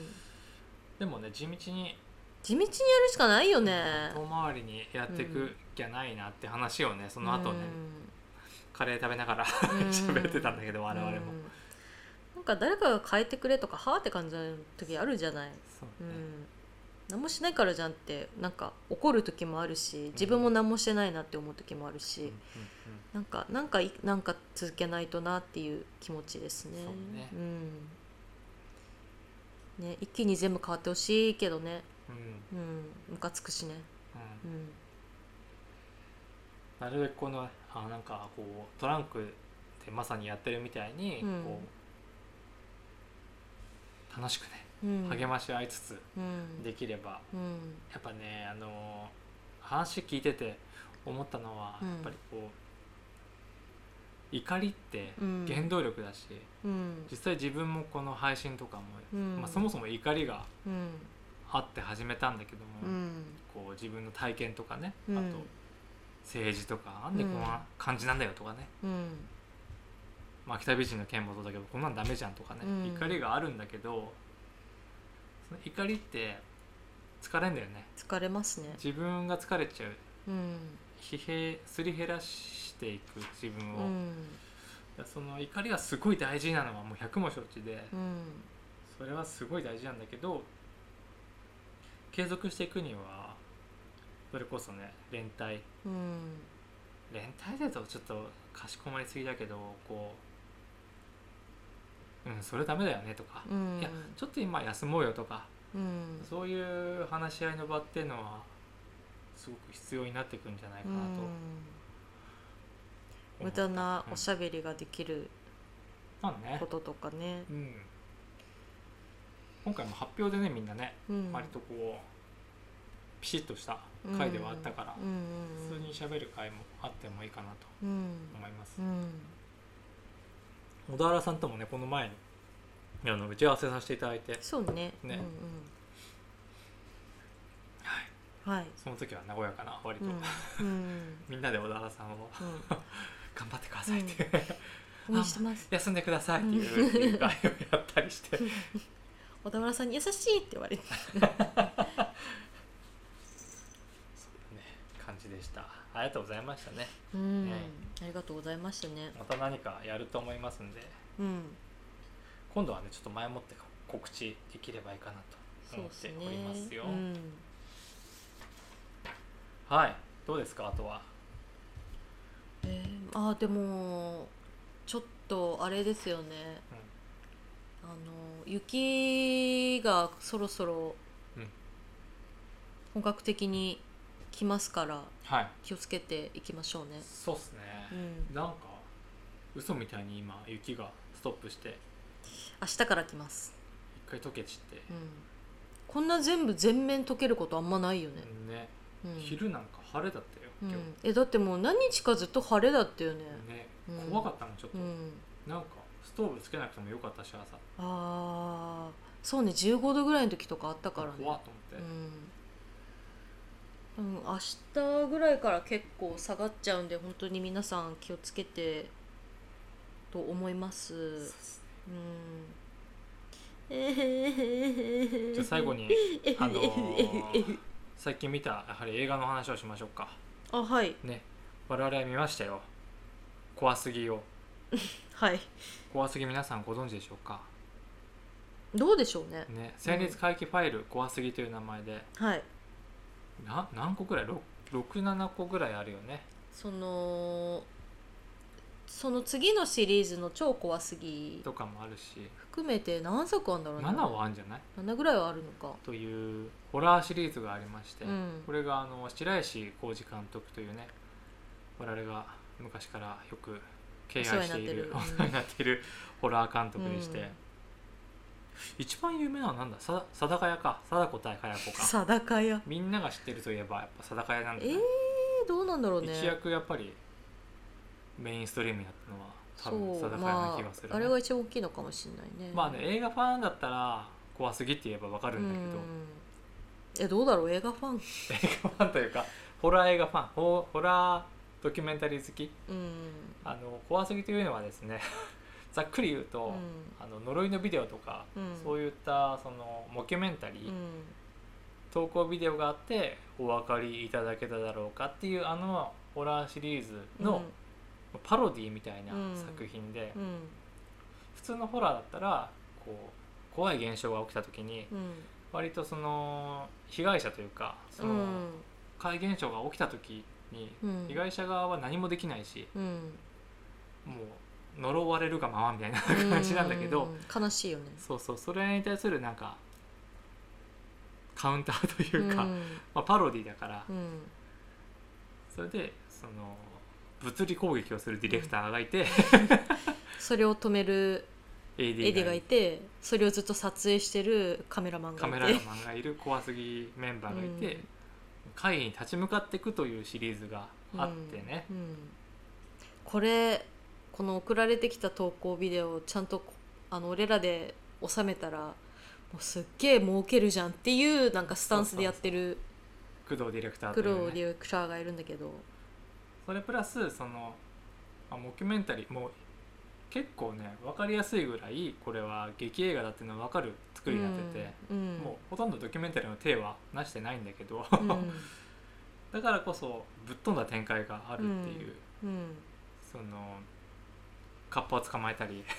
Speaker 1: でもね地道に
Speaker 2: 地道にやるしかないよね
Speaker 1: 遠回りにやっていくきゃないなって話をねその後ね、カレー食べながら
Speaker 2: うん
Speaker 1: 喋ってたんだけど我々も、
Speaker 2: うんなんか誰かが変えてくれとかはあって感じの時あるじゃない、
Speaker 1: そう
Speaker 2: う
Speaker 1: ね、
Speaker 2: ん、何もしないからじゃんってなんか怒る時もあるし自分も何もしてないなって思う時もあるし、
Speaker 1: うんうん
Speaker 2: なんかなんかいなんか続けないとなっていう気持ちですね
Speaker 1: そうね
Speaker 2: うん、ね一気に全部変わってほしいけどね
Speaker 1: うんうんうん
Speaker 2: うんムカつくしねうん
Speaker 1: なるべくこのあなんかこうトランクでまさにやってるみたいに、
Speaker 2: うん
Speaker 1: こう楽しくね
Speaker 2: うん
Speaker 1: 励まし合いつつ
Speaker 2: うん
Speaker 1: できれば、
Speaker 2: うん
Speaker 1: やっぱねあの話聞いてて思ったのは、
Speaker 2: うん
Speaker 1: やっぱりこう怒りって
Speaker 2: うん
Speaker 1: 原動力だし、
Speaker 2: うん
Speaker 1: 実際自分もこの配信とかも、
Speaker 2: うん
Speaker 1: まあ、そもそも怒りが
Speaker 2: うん
Speaker 1: あって始めたんだけども、
Speaker 2: うん
Speaker 1: こう自分の体験とかね、
Speaker 2: うん
Speaker 1: あと政治とかなんでこんな感じなんだよとかね、
Speaker 2: うん
Speaker 1: まあ、北美人の件もそうだけどこんなんダメじゃんとかね、
Speaker 2: うん
Speaker 1: 怒りがあるんだけどその怒りって疲れんだよね
Speaker 2: 疲れますね
Speaker 1: 自分が疲れちゃう
Speaker 2: うん
Speaker 1: 疲弊すり減らしていく自分
Speaker 2: う
Speaker 1: を、
Speaker 2: ん
Speaker 1: その怒りがすごい大事なのはもう100も承知で、
Speaker 2: うん
Speaker 1: それはすごい大事なんだけど継続していくにはそれこそね連帯
Speaker 2: うん
Speaker 1: 連帯だとちょっとかしこまりすぎだけどこううんそれダメだよねとか、
Speaker 2: うん
Speaker 1: いやちょっと今休もうよとか
Speaker 2: うん
Speaker 1: そういう話し合いの場っていうのはすごく必要になってくんじゃないかなと思
Speaker 2: うん無駄なおしゃべりができる
Speaker 1: ゃ、うん、なんね
Speaker 2: こ、ととかね
Speaker 1: うん、今回も発表でねみんなね、
Speaker 2: うん
Speaker 1: 割とこうピシッとした回ではあったから、
Speaker 2: うんうん
Speaker 1: 普通にしゃべる回もあってもいいかなと
Speaker 2: うん
Speaker 1: 思います、
Speaker 2: うん
Speaker 1: 小田原さんともねこの前にあの打ち合わせさせていただいて
Speaker 2: そうね
Speaker 1: ね
Speaker 2: うんうんはい
Speaker 1: その時は和やかな割と、
Speaker 2: うん うん
Speaker 1: みんなで小田原さんを
Speaker 2: うん
Speaker 1: 「頑張ってください」っていう、
Speaker 2: 応援してます
Speaker 1: 休んでください」っていうっていう会をやったり して
Speaker 2: 小田原さんに優しいって言われて
Speaker 1: ね感じでしたありがとうございましたね
Speaker 2: うん
Speaker 1: ね
Speaker 2: ありがとうございましたね
Speaker 1: また何かやると思いますんで
Speaker 2: うん
Speaker 1: 今度はねちょっと前もって告知できればいいかなと
Speaker 2: そう
Speaker 1: 思っ
Speaker 2: です
Speaker 1: て
Speaker 2: ね
Speaker 1: おりますよ
Speaker 2: うん
Speaker 1: はいどうですかあとは
Speaker 2: えー、あーでもちょっとあれですよねあの雪がそろそろ
Speaker 1: うん
Speaker 2: 本格的に来ますから
Speaker 1: はい
Speaker 2: 気をつけていきましょうね。
Speaker 1: そうっす
Speaker 2: う
Speaker 1: ね、
Speaker 2: ん、
Speaker 1: なんか嘘みたいに今雪がストップして
Speaker 2: 明日から来ます、
Speaker 1: 一回溶けちって
Speaker 2: う、ん、こんな全部全面溶けることあんまないよね、
Speaker 1: ね
Speaker 2: うん
Speaker 1: 昼なんか晴れだったよ
Speaker 2: う
Speaker 1: 今日、
Speaker 2: ん、えだってもう何日かずっと晴れだったよね、
Speaker 1: ね
Speaker 2: うん
Speaker 1: 怖かったのちょっ
Speaker 2: う
Speaker 1: と、
Speaker 2: ん、
Speaker 1: なんかストーブつけなくてもよかったし朝
Speaker 2: あーそうね15度ぐらいの時とかあったからね
Speaker 1: 怖っと思って、
Speaker 2: うん、うん、明日ぐらいから結構下がっちゃうんで本当に皆さん気をつけてと思いま
Speaker 1: そ
Speaker 2: す
Speaker 1: うっ
Speaker 2: う
Speaker 1: す
Speaker 2: ん
Speaker 1: じゃあ最後
Speaker 2: に
Speaker 1: にあのー最近見たやはり映画の話をしましょうか
Speaker 2: あはい
Speaker 1: ね我々は見ましたよ怖すぎを
Speaker 2: はい
Speaker 1: 怖すぎ皆さんご存知でしょうか
Speaker 2: どうでしょうね
Speaker 1: ね戦慄回帰ファイル怖すぎという名前で
Speaker 2: はい
Speaker 1: な何個くらい67個ぐらいあるよね
Speaker 2: そのその次のシリーズの超怖すぎ
Speaker 1: とかもあるし
Speaker 2: 含めて何作あんだろう
Speaker 1: 7はあるんじゃない
Speaker 2: 7ぐらいはあるのか
Speaker 1: というホラーシリーズがありまして、
Speaker 2: うん
Speaker 1: これがあの白石浩二監督というね我々が昔からよく敬愛している
Speaker 2: お
Speaker 1: お
Speaker 2: 世
Speaker 1: 世
Speaker 2: 話
Speaker 1: 話
Speaker 2: に
Speaker 1: になっているホラー監督でして、
Speaker 2: うん
Speaker 1: 一番有名なのはなんださ貞子屋か貞子対茅子か
Speaker 2: 定かや
Speaker 1: みんなが知ってるといえばやっぱ貞子屋なんだ
Speaker 2: え
Speaker 1: ね、
Speaker 2: ー、どうなんだろうね
Speaker 1: 一躍やっぱりメインストリームになったのは多分
Speaker 2: そう
Speaker 1: 貞子屋な
Speaker 2: ま
Speaker 1: 気がする
Speaker 2: あ
Speaker 1: な、
Speaker 2: あれが一番大きいのかもしれないね
Speaker 1: まあね映画ファンだったら怖すぎって言えばわかるんだけど、
Speaker 2: えどうだろう映画ファン
Speaker 1: 映画ファンというかホラー映画ファンホホラードキュメンタリー好き
Speaker 2: うん
Speaker 1: あの怖すぎというのはですね ざっくり言うと、
Speaker 2: うん
Speaker 1: あの呪いのビデオとか、
Speaker 2: うん
Speaker 1: そういったそのモキュメンタリー、
Speaker 2: うん
Speaker 1: 投稿ビデオがあってお分かりいただけただろうかっていうあのホラーシリーズのパロディみたいな
Speaker 2: うん
Speaker 1: 作品で、
Speaker 2: うんうん
Speaker 1: 普通のホラーだったらこう怖い現象が起きた時に
Speaker 2: うん
Speaker 1: 割とその被害者というかその、怪現象が起きた時に
Speaker 2: うん
Speaker 1: 被害者側は何もできないし、
Speaker 2: うんうん
Speaker 1: もう呪われるがままみたいな感じなんだけど、
Speaker 2: うん悲しいよね
Speaker 1: そうそうそれに対するなんかカウンターというか、
Speaker 2: ん
Speaker 1: まあ、パロディだから、
Speaker 2: うん
Speaker 1: それでその物理攻撃をするディレクターがいて、
Speaker 2: それを止めるエ
Speaker 1: AD
Speaker 2: ディ
Speaker 1: が
Speaker 2: が
Speaker 1: い
Speaker 2: い
Speaker 1: て
Speaker 2: てそれをずっと撮影してるカメラマンが
Speaker 1: カ
Speaker 2: いて
Speaker 1: メラマンがいる怖すぎメンバーがいて、
Speaker 2: うん
Speaker 1: 会議に立ち向かっていくというシリーズがあってね、
Speaker 2: うんうんこれこの送られてきた投稿ビデオをちゃんとこあの俺らで収めたらもうすっげえ儲けるじゃんっていうなんかスタンスでやってる
Speaker 1: 工藤ディレクターと
Speaker 2: 黒
Speaker 1: いう、
Speaker 2: デ
Speaker 1: ね、
Speaker 2: ィレクターがいるんだけど、
Speaker 1: それプラスその、まあ、モキュメンタリーもう結構ね分かりやすいぐらいこれは劇映画だっていうのは分かる作りになってて、
Speaker 2: うん
Speaker 1: もうほとんどドキュメンタリーの手はなしてないんだけど、
Speaker 2: うん
Speaker 1: だからこそぶっ飛んだ展開があるっていう、
Speaker 2: うん
Speaker 1: そのカッパを捕まえたり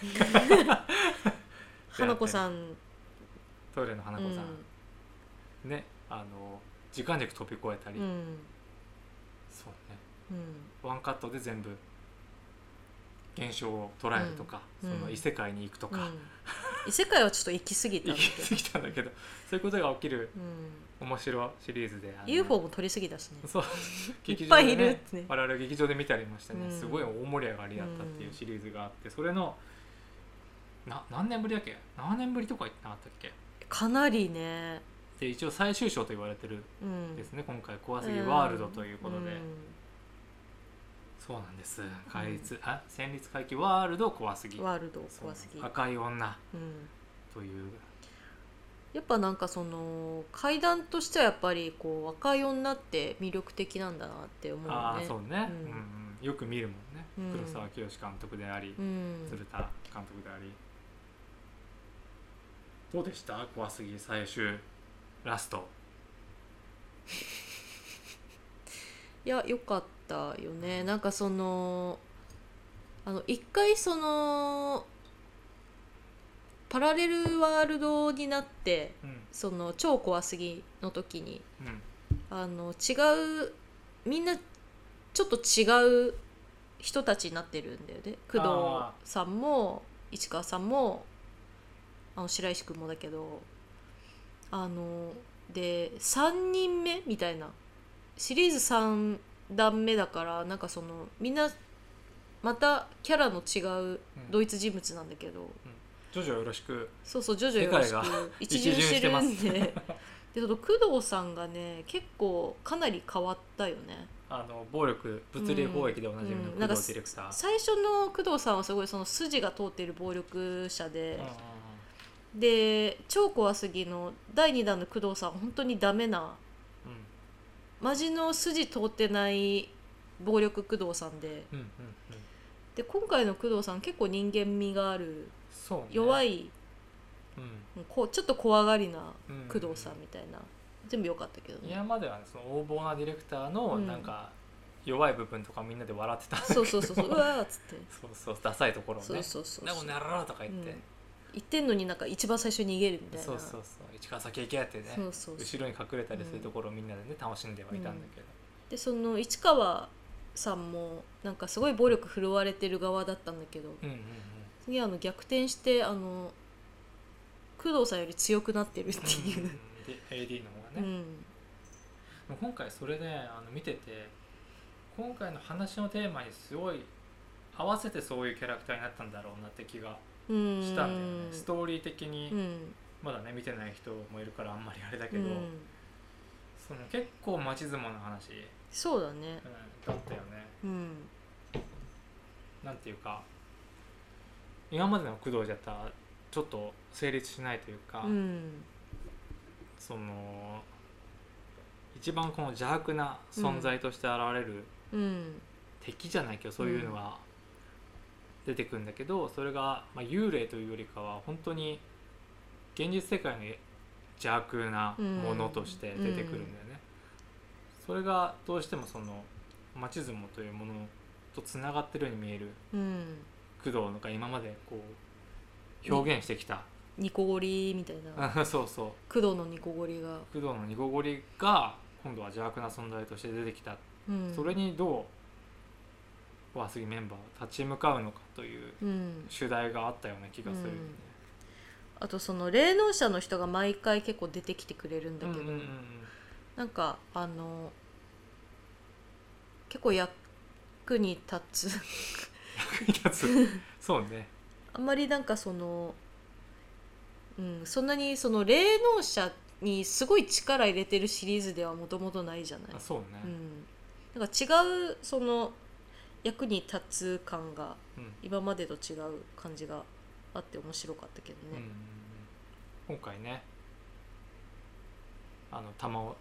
Speaker 2: 花子さん
Speaker 1: トイレの花子さ
Speaker 2: うん
Speaker 1: ん、ねあの時間軸飛び越えたり、
Speaker 2: うん
Speaker 1: そうね
Speaker 2: うん
Speaker 1: ワンカットで全部現象を捉えるとか、
Speaker 2: うん
Speaker 1: その異世界に行くと
Speaker 2: う
Speaker 1: か、
Speaker 2: ん異世界はちょっと行き過ぎた ん
Speaker 1: 行
Speaker 2: だ
Speaker 1: き
Speaker 2: け
Speaker 1: 過
Speaker 2: ど、
Speaker 1: ぎたんだけどそういうことが起きる
Speaker 2: うん、
Speaker 1: 面白シリーズであの
Speaker 2: UFO も取り過ぎだしね
Speaker 1: そう
Speaker 2: いっぱいいるっ
Speaker 1: 劇場でね
Speaker 2: てね
Speaker 1: 我々劇場で見たりましたね、
Speaker 2: うん
Speaker 1: すごい大盛り上がりだったっていうシリーズがあってそれのな何年ぶりだっけ何年ぶりとか言ってなかったっけ
Speaker 2: かなりね、
Speaker 1: で一応最終章と言われてる
Speaker 2: うん、
Speaker 1: ですね、今回「怖すぎワールド」ということで、そうなんです戒律、あ戦慄回帰ワールド怖すぎ
Speaker 2: うんワールド
Speaker 1: そう
Speaker 2: 怖すぎ、
Speaker 1: 赤い女
Speaker 2: うん、
Speaker 1: という
Speaker 2: やっぱなんかその階段としてはやっぱりこう若い女って魅力的なんだなって思うよ
Speaker 1: ああ
Speaker 2: ね
Speaker 1: そうね、
Speaker 2: うん
Speaker 1: うんうんよく見るもんね、
Speaker 2: うん
Speaker 1: 黒沢清監督であり、
Speaker 2: うん
Speaker 1: 鶴田監督でありどうでした怖すぎ最終ラスト
Speaker 2: いや良かったよねなんかそのあの一回そのパラレルワールドになって
Speaker 1: うん
Speaker 2: その超怖すぎの時に
Speaker 1: うん
Speaker 2: あの違うみんなちょっと違う人たちになってるんだよね工
Speaker 1: あ
Speaker 2: 藤さんも市川さんもあの白石君もだけどあので3人目みたいなシリーズ3段目だからなんかそのみんなまたキャラの違う同一人物なんだけど、
Speaker 1: ジョジョよろしく
Speaker 2: そうそう徐々によろしく
Speaker 1: 世界
Speaker 2: 一巡してるん
Speaker 1: 一巡して
Speaker 2: で でその工藤さんがね結構かなり変わったよね
Speaker 1: あの暴力物理法益でおなじみの
Speaker 2: うんな
Speaker 1: 工
Speaker 2: んか
Speaker 1: 藤ディレクター、
Speaker 2: 最初の工藤さんはすごいその筋が通ってる暴力者
Speaker 1: う
Speaker 2: で
Speaker 1: んうんうん、
Speaker 2: で超怖すぎの第2弾の工藤さんは本当にダメなマジの筋通ってない暴力工藤さんで
Speaker 1: うんうんうんうん
Speaker 2: で今回の工藤さん結構人間味がある
Speaker 1: そうね
Speaker 2: 弱
Speaker 1: い、
Speaker 2: い
Speaker 1: うん
Speaker 2: こうちょっと怖がりな
Speaker 1: うん、
Speaker 2: 工藤さんみたいな全部良かったけどね。
Speaker 1: 今までは、ね、その横暴なディレクターの
Speaker 2: うん
Speaker 1: なんか弱い部分とかみんなで笑ってた、
Speaker 2: そうそうそうそううわーっつって
Speaker 1: そうそうダサいところをね
Speaker 2: そうそうそう
Speaker 1: でもならとか言って、
Speaker 2: うん言ってんのになんか一番最初に逃げるみたいな
Speaker 1: そうそうそう市川先行けってね
Speaker 2: そうそうそう
Speaker 1: 後ろに隠れたりするところをみんなでね楽しんではいたんだけど、
Speaker 2: でその市川さんもなんかすごい暴力振るわれてる側だったんだけど
Speaker 1: うんうんうん、
Speaker 2: 次あの逆転してあの工藤さんより強くなってるっていううん
Speaker 1: で AD の方
Speaker 2: う
Speaker 1: がね、も
Speaker 2: ん
Speaker 1: う今回それで、あの見てて今回の話のテーマにすごい合わせてそういうキャラクターになったんだろうなって気が
Speaker 2: うん
Speaker 1: したんだよね、ストーリー的
Speaker 2: う
Speaker 1: に
Speaker 2: ん
Speaker 1: まだね見てない人もいるからあんまりあれだけ
Speaker 2: う
Speaker 1: ど、
Speaker 2: ん
Speaker 1: その結構町相撲の話、うん、
Speaker 2: そうだね
Speaker 1: だったよね
Speaker 2: うん
Speaker 1: なんていうか今までの工藤じゃったらちょっと成立しないというか、
Speaker 2: うん
Speaker 1: その一番この邪悪な存在として現れる
Speaker 2: うん
Speaker 1: 敵じゃないけど、そういうのが出てくるんだけどそれが、まあ、幽霊というよりかは本当に現実世界の邪悪なものとして出てくるんだよね。それがどうしてもその町相撲というものとつながってるように見える
Speaker 2: うん
Speaker 1: 工藤のが今までこう表現してきた、
Speaker 2: ニコゴリみたい な
Speaker 1: そうそう
Speaker 2: 工藤のニコゴリが、
Speaker 1: 工藤のニコゴリが今度は邪悪な存在として出てきた、
Speaker 2: うん、
Speaker 1: それにどう和杉メンバーは立ち向かうのかという
Speaker 2: うん
Speaker 1: 主題があったような気がする、
Speaker 2: うんあとその霊能者の人が毎回結構出てきてくれるんだ
Speaker 1: うん
Speaker 2: け
Speaker 1: うん
Speaker 2: ど、
Speaker 1: うんうん
Speaker 2: なんかあの結構役に立つ
Speaker 1: やつそうね
Speaker 2: あんまりなんかその、うん、そんなにその霊能者にすごい力入れてるシリーズではもともとないじゃない
Speaker 1: あ、そうね、
Speaker 2: うん、なんか違うその役に立つ感が
Speaker 1: うん
Speaker 2: 今までと違う感じがあって面白かったけど
Speaker 1: うん
Speaker 2: ね。
Speaker 1: 今回ねあの玉尾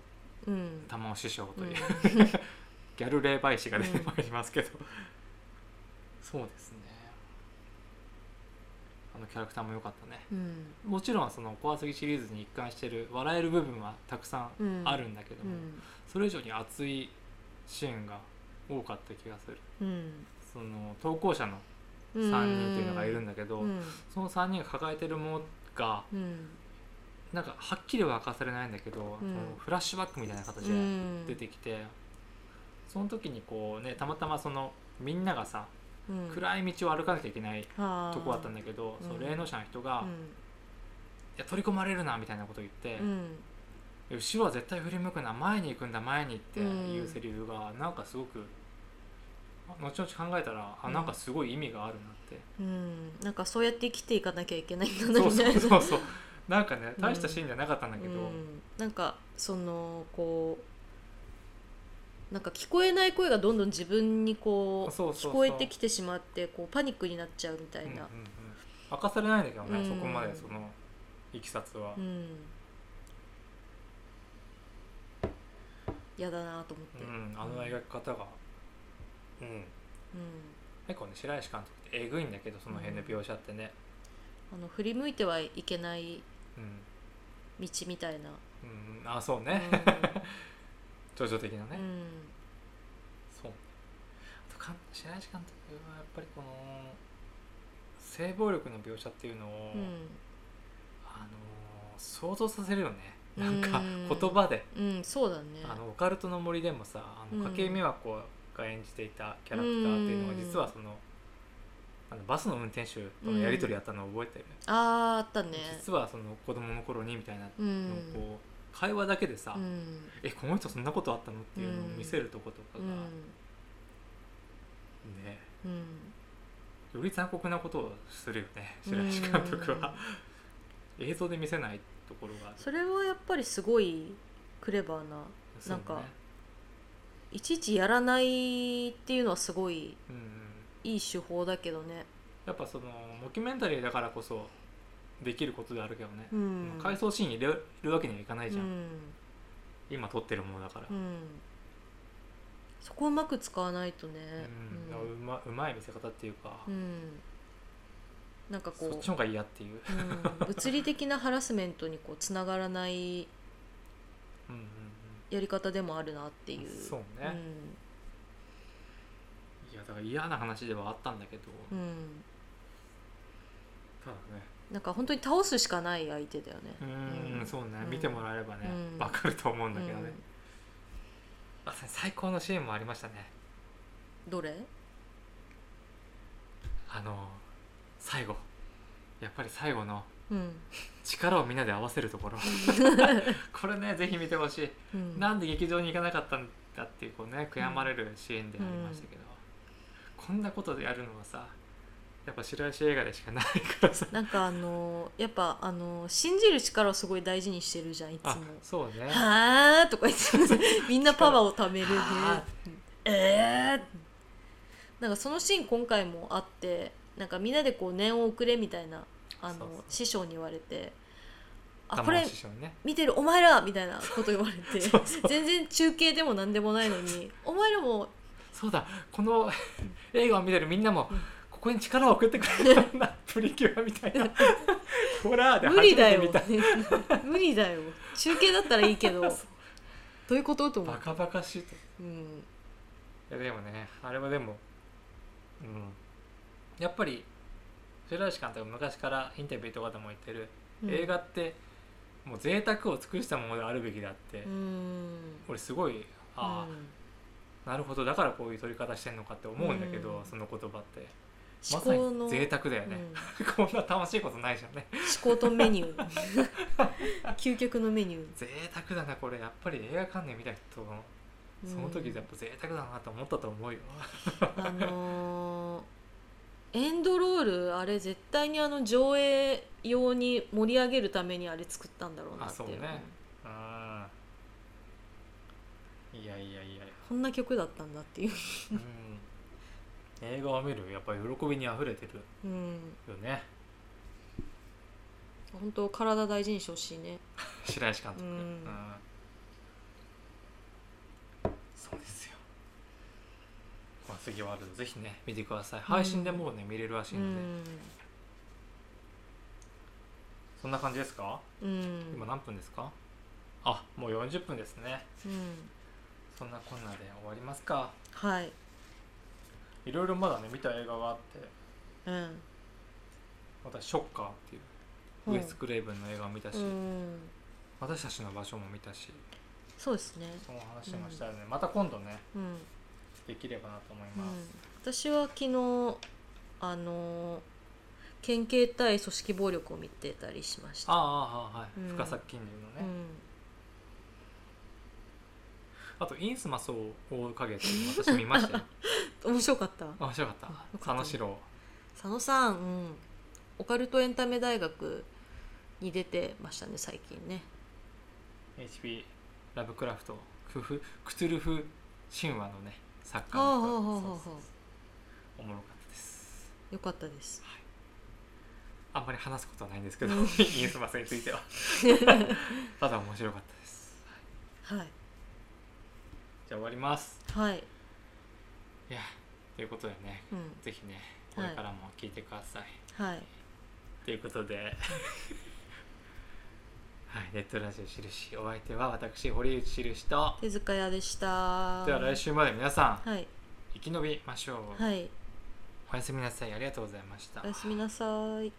Speaker 2: うん、
Speaker 1: 玉尾師匠と
Speaker 2: う、
Speaker 1: いうんギャル霊媒師が出て
Speaker 2: うん
Speaker 1: まいりますけど、そうですねあのキャラクターも良かったね
Speaker 2: うん
Speaker 1: もちろんその怖すぎシリーズに一貫してる笑える部分はたくさんあるんだけど
Speaker 2: う
Speaker 1: も、
Speaker 2: ん
Speaker 1: それ以上に熱いシーンが多かった気がする
Speaker 2: うん
Speaker 1: その投稿者の3人というのがいるんだけど、
Speaker 2: うん
Speaker 1: その3人が抱えてるものが
Speaker 2: うん
Speaker 1: なんかはっきりは明かされないんだけど、
Speaker 2: うん
Speaker 1: そのフラッシュバックみたいな形
Speaker 2: う
Speaker 1: で
Speaker 2: ん
Speaker 1: 出てきて、その時にこうねたまたまそのみんながさ、
Speaker 2: うん
Speaker 1: 暗い道を歩かなきゃいけないとこあったん
Speaker 2: だ
Speaker 1: だけど、
Speaker 2: うん
Speaker 1: その霊能者の人が、
Speaker 2: う
Speaker 1: い
Speaker 2: ん
Speaker 1: や取り込まれるなみたいなこと言って、
Speaker 2: うん
Speaker 1: 後ろは絶対振り向くな前に行くんだ前にっていうセリフがなんかすごく後々考えたらあ
Speaker 2: うん
Speaker 1: なんかすごい意味があるなって、
Speaker 2: うん、なんかそうやって生きていかなきゃいけないんだ
Speaker 1: そ
Speaker 2: な
Speaker 1: う
Speaker 2: みた
Speaker 1: そ
Speaker 2: いうな
Speaker 1: そうそうなんかね大したシーンじゃなかったんだけ
Speaker 2: う
Speaker 1: ど、
Speaker 2: ん、なんかそのこうなんか聞こえない声がどんどん自分にこう
Speaker 1: そうそうそう
Speaker 2: 聞こえてきてしまってこうパニックになっちゃうみたいな、
Speaker 1: うんうんうん明かされないんだけどね、
Speaker 2: うん
Speaker 1: そこまでそのいきさつは、
Speaker 2: うん嫌だなと思っ
Speaker 1: う
Speaker 2: て、
Speaker 1: んあの描き方が、うん
Speaker 2: う
Speaker 1: 結構ね白石監督ってえぐいんだけどその辺の描写ってね、
Speaker 2: ん、あの振り向いてはいけない
Speaker 1: うん
Speaker 2: 道みたいな、
Speaker 1: うんあそうね、 情緒的なね、
Speaker 2: うんうん
Speaker 1: そうあとかん白石監督はやっぱりこの性暴力の描写っていうのを、あのー想像させるよねなんか
Speaker 2: うん
Speaker 1: 言葉で、
Speaker 2: うん、うん、そうだね
Speaker 1: あのオカルトの森でもさあの
Speaker 2: うん
Speaker 1: 筧美和子が演じていたキャラクターっていうのは
Speaker 2: うん
Speaker 1: 実はそのあのバスの運転手とのやり取りやったのを覚えてる、
Speaker 2: あーあったね
Speaker 1: 実はその子供の頃にみたいな
Speaker 2: う
Speaker 1: のを
Speaker 2: ん
Speaker 1: こう会話だけでさ、
Speaker 2: うん
Speaker 1: えこの人そんなことあったのっていうのを見せるとことか
Speaker 2: う
Speaker 1: が、
Speaker 2: ん
Speaker 1: ね
Speaker 2: うん
Speaker 1: より残酷なことをするよね白石監督は映像で見せないところがある
Speaker 2: それはやっぱりすごいクレバーな
Speaker 1: そう
Speaker 2: なんかいちいちやらないっていうのはすごい
Speaker 1: うんうん、
Speaker 2: いい手法だけどね
Speaker 1: やっぱそのモキュメンタリーだからこそできることであるけどね、
Speaker 2: うん
Speaker 1: 回想シーン入れるわけにはいかないじゃん、
Speaker 2: うん
Speaker 1: 今撮ってるものだから,、
Speaker 2: う
Speaker 1: うん
Speaker 2: んそこをうまく使わないとね
Speaker 1: だからうまうまい見せ方っていうか、
Speaker 2: うん、うんなんかこ
Speaker 1: そっち
Speaker 2: う
Speaker 1: の方が嫌っていう、
Speaker 2: うん、物理的なハラスメントにこうつながらない
Speaker 1: うんうん
Speaker 2: やり方でもあるなっていう
Speaker 1: そうねうん、いやだから嫌な話ではあったんだけど、
Speaker 2: うん、うん、
Speaker 1: ただね
Speaker 2: なんか本当に倒すしかない相手だよね
Speaker 1: うん、そうね、
Speaker 2: うん
Speaker 1: 見てもらえればね、
Speaker 2: うん
Speaker 1: わかると思うんだけどね、
Speaker 2: うん
Speaker 1: あ最高のシーンもありましたね
Speaker 2: どれ
Speaker 1: あの最後やっぱり最後の
Speaker 2: うん、
Speaker 1: 力をみんなで合わせると ころこれねぜひ見てほしい、
Speaker 2: うん、
Speaker 1: なんで劇場に行かなかったんだっていうこうね悔やまれるシーンでありましたけど、こんなことでやるのはさやっぱ白石映画でしかないから さ
Speaker 2: なんかあのやっぱあの信じる力をすごい大事にしてるじゃんいつ
Speaker 1: あ
Speaker 2: も。
Speaker 1: そうね
Speaker 2: はあとか言って みんなパワーを貯めるね
Speaker 1: は。
Speaker 2: えー、なんかそのシーン今回もあってなんかみんなでこう念を送れみたいなあの
Speaker 1: そうそう
Speaker 2: 師匠に言われて「あ
Speaker 1: 玉
Speaker 2: これ
Speaker 1: 尾師匠にね
Speaker 2: 見てるお前ら!」みたい なこと言われて
Speaker 1: そうそう
Speaker 2: 全然中継でも何でもないのに「お前らも
Speaker 1: そうだこの映画を見てるみんなも、
Speaker 2: うん
Speaker 1: ここに力を送ってくれたんだプリキュアみたい なホラーで初
Speaker 2: 無理だ
Speaker 1: めて
Speaker 2: よ
Speaker 1: 見た」
Speaker 2: 無理だよ 中継だったらい いけどどういうこと?」と思
Speaker 1: バ
Speaker 2: う。
Speaker 1: カバカしいと
Speaker 2: うん
Speaker 1: いやでもねあれはでもうんやっぱり白石監督が昔からインタビューとかでも言ってる、
Speaker 2: うん
Speaker 1: 映画ってもう贅沢を尽くしたものであるべきだって、
Speaker 2: うん
Speaker 1: 俺すごいああ、
Speaker 2: うん
Speaker 1: なるほどだからこういう撮り方してんのかって思うんだけど、
Speaker 2: うん
Speaker 1: その言葉ってまさ
Speaker 2: 思考
Speaker 1: に
Speaker 2: の、
Speaker 1: 贅沢だよ
Speaker 2: うん
Speaker 1: ね、 こんな楽しいことないじゃんね
Speaker 2: 思考とメニュー 究極のメニュー
Speaker 1: 贅沢だなこれやっぱり映画館で見た人のその時やっぱ贅沢だなと思ったと 思うよ、
Speaker 2: うんあのーエンドロールあれ絶対にあの上映用に盛り上げるためにあれ作ったんだろうなって
Speaker 1: あそ
Speaker 2: いう
Speaker 1: うねうんいやいやいや
Speaker 2: こんな曲だったんだっていう、
Speaker 1: うん映画を見るやっぱり喜びにあふれてる
Speaker 2: うん、
Speaker 1: よね
Speaker 2: 本当体大事にしてほしいね
Speaker 1: 白石監督、
Speaker 2: うん
Speaker 1: そうですよまあ次ワールドぜひね見てください配信でもうね、見れるらしいので、そんな感じですか
Speaker 2: うんうん
Speaker 1: 今何分ですかあもう40分ですね
Speaker 2: うん
Speaker 1: そんなこんなで終わりますか
Speaker 2: はい
Speaker 1: いろいろまだね見た映画があって
Speaker 2: うん
Speaker 1: また「ショッカー」っていうウ
Speaker 2: うん
Speaker 1: エス・クレイブンの映画を見たし、
Speaker 2: うん
Speaker 1: 私たちの場所も見たし
Speaker 2: そうですね
Speaker 1: その話もしたので、また今度ね
Speaker 2: うん
Speaker 1: できればなと思い
Speaker 2: うん
Speaker 1: ます、
Speaker 2: 私は昨日あの県警対組織暴力を見てたりしました。
Speaker 1: ああああはい、
Speaker 2: うん
Speaker 1: 深作金龍の
Speaker 2: う
Speaker 1: ね、
Speaker 2: ん、
Speaker 1: あとインスマスを追う影っていうの私見ました よ
Speaker 2: 面白かった。
Speaker 1: 面白かった
Speaker 2: よかった
Speaker 1: 佐野史郎
Speaker 2: 佐野さん、うん、オカルトエンタメ大学に出てましたね最近ね。
Speaker 1: HP ラブクラフトクフクトゥルフ神話のね作家
Speaker 2: はあ
Speaker 1: の
Speaker 2: は
Speaker 1: 人
Speaker 2: あはあは
Speaker 1: そ
Speaker 2: あ
Speaker 1: うそうそうおもろかったです
Speaker 2: よかったです。
Speaker 1: あんまり話すことはないんですけど、
Speaker 2: う
Speaker 1: イ
Speaker 2: ん
Speaker 1: ンスマスについ てはただ面白かったです
Speaker 2: はい
Speaker 1: じゃあ終わります
Speaker 2: はい、
Speaker 1: いやということでね
Speaker 2: うん、
Speaker 1: ぜひねこれからも聞いてください、
Speaker 2: はい、
Speaker 1: ということで はいネットラジオ印お相手は私堀内印と
Speaker 2: 手塚屋でした。
Speaker 1: では来週まで皆さん
Speaker 2: はい
Speaker 1: 生き延びましょう、
Speaker 2: はい、
Speaker 1: おやすみなさいありがとうございました
Speaker 2: おやすみなさい。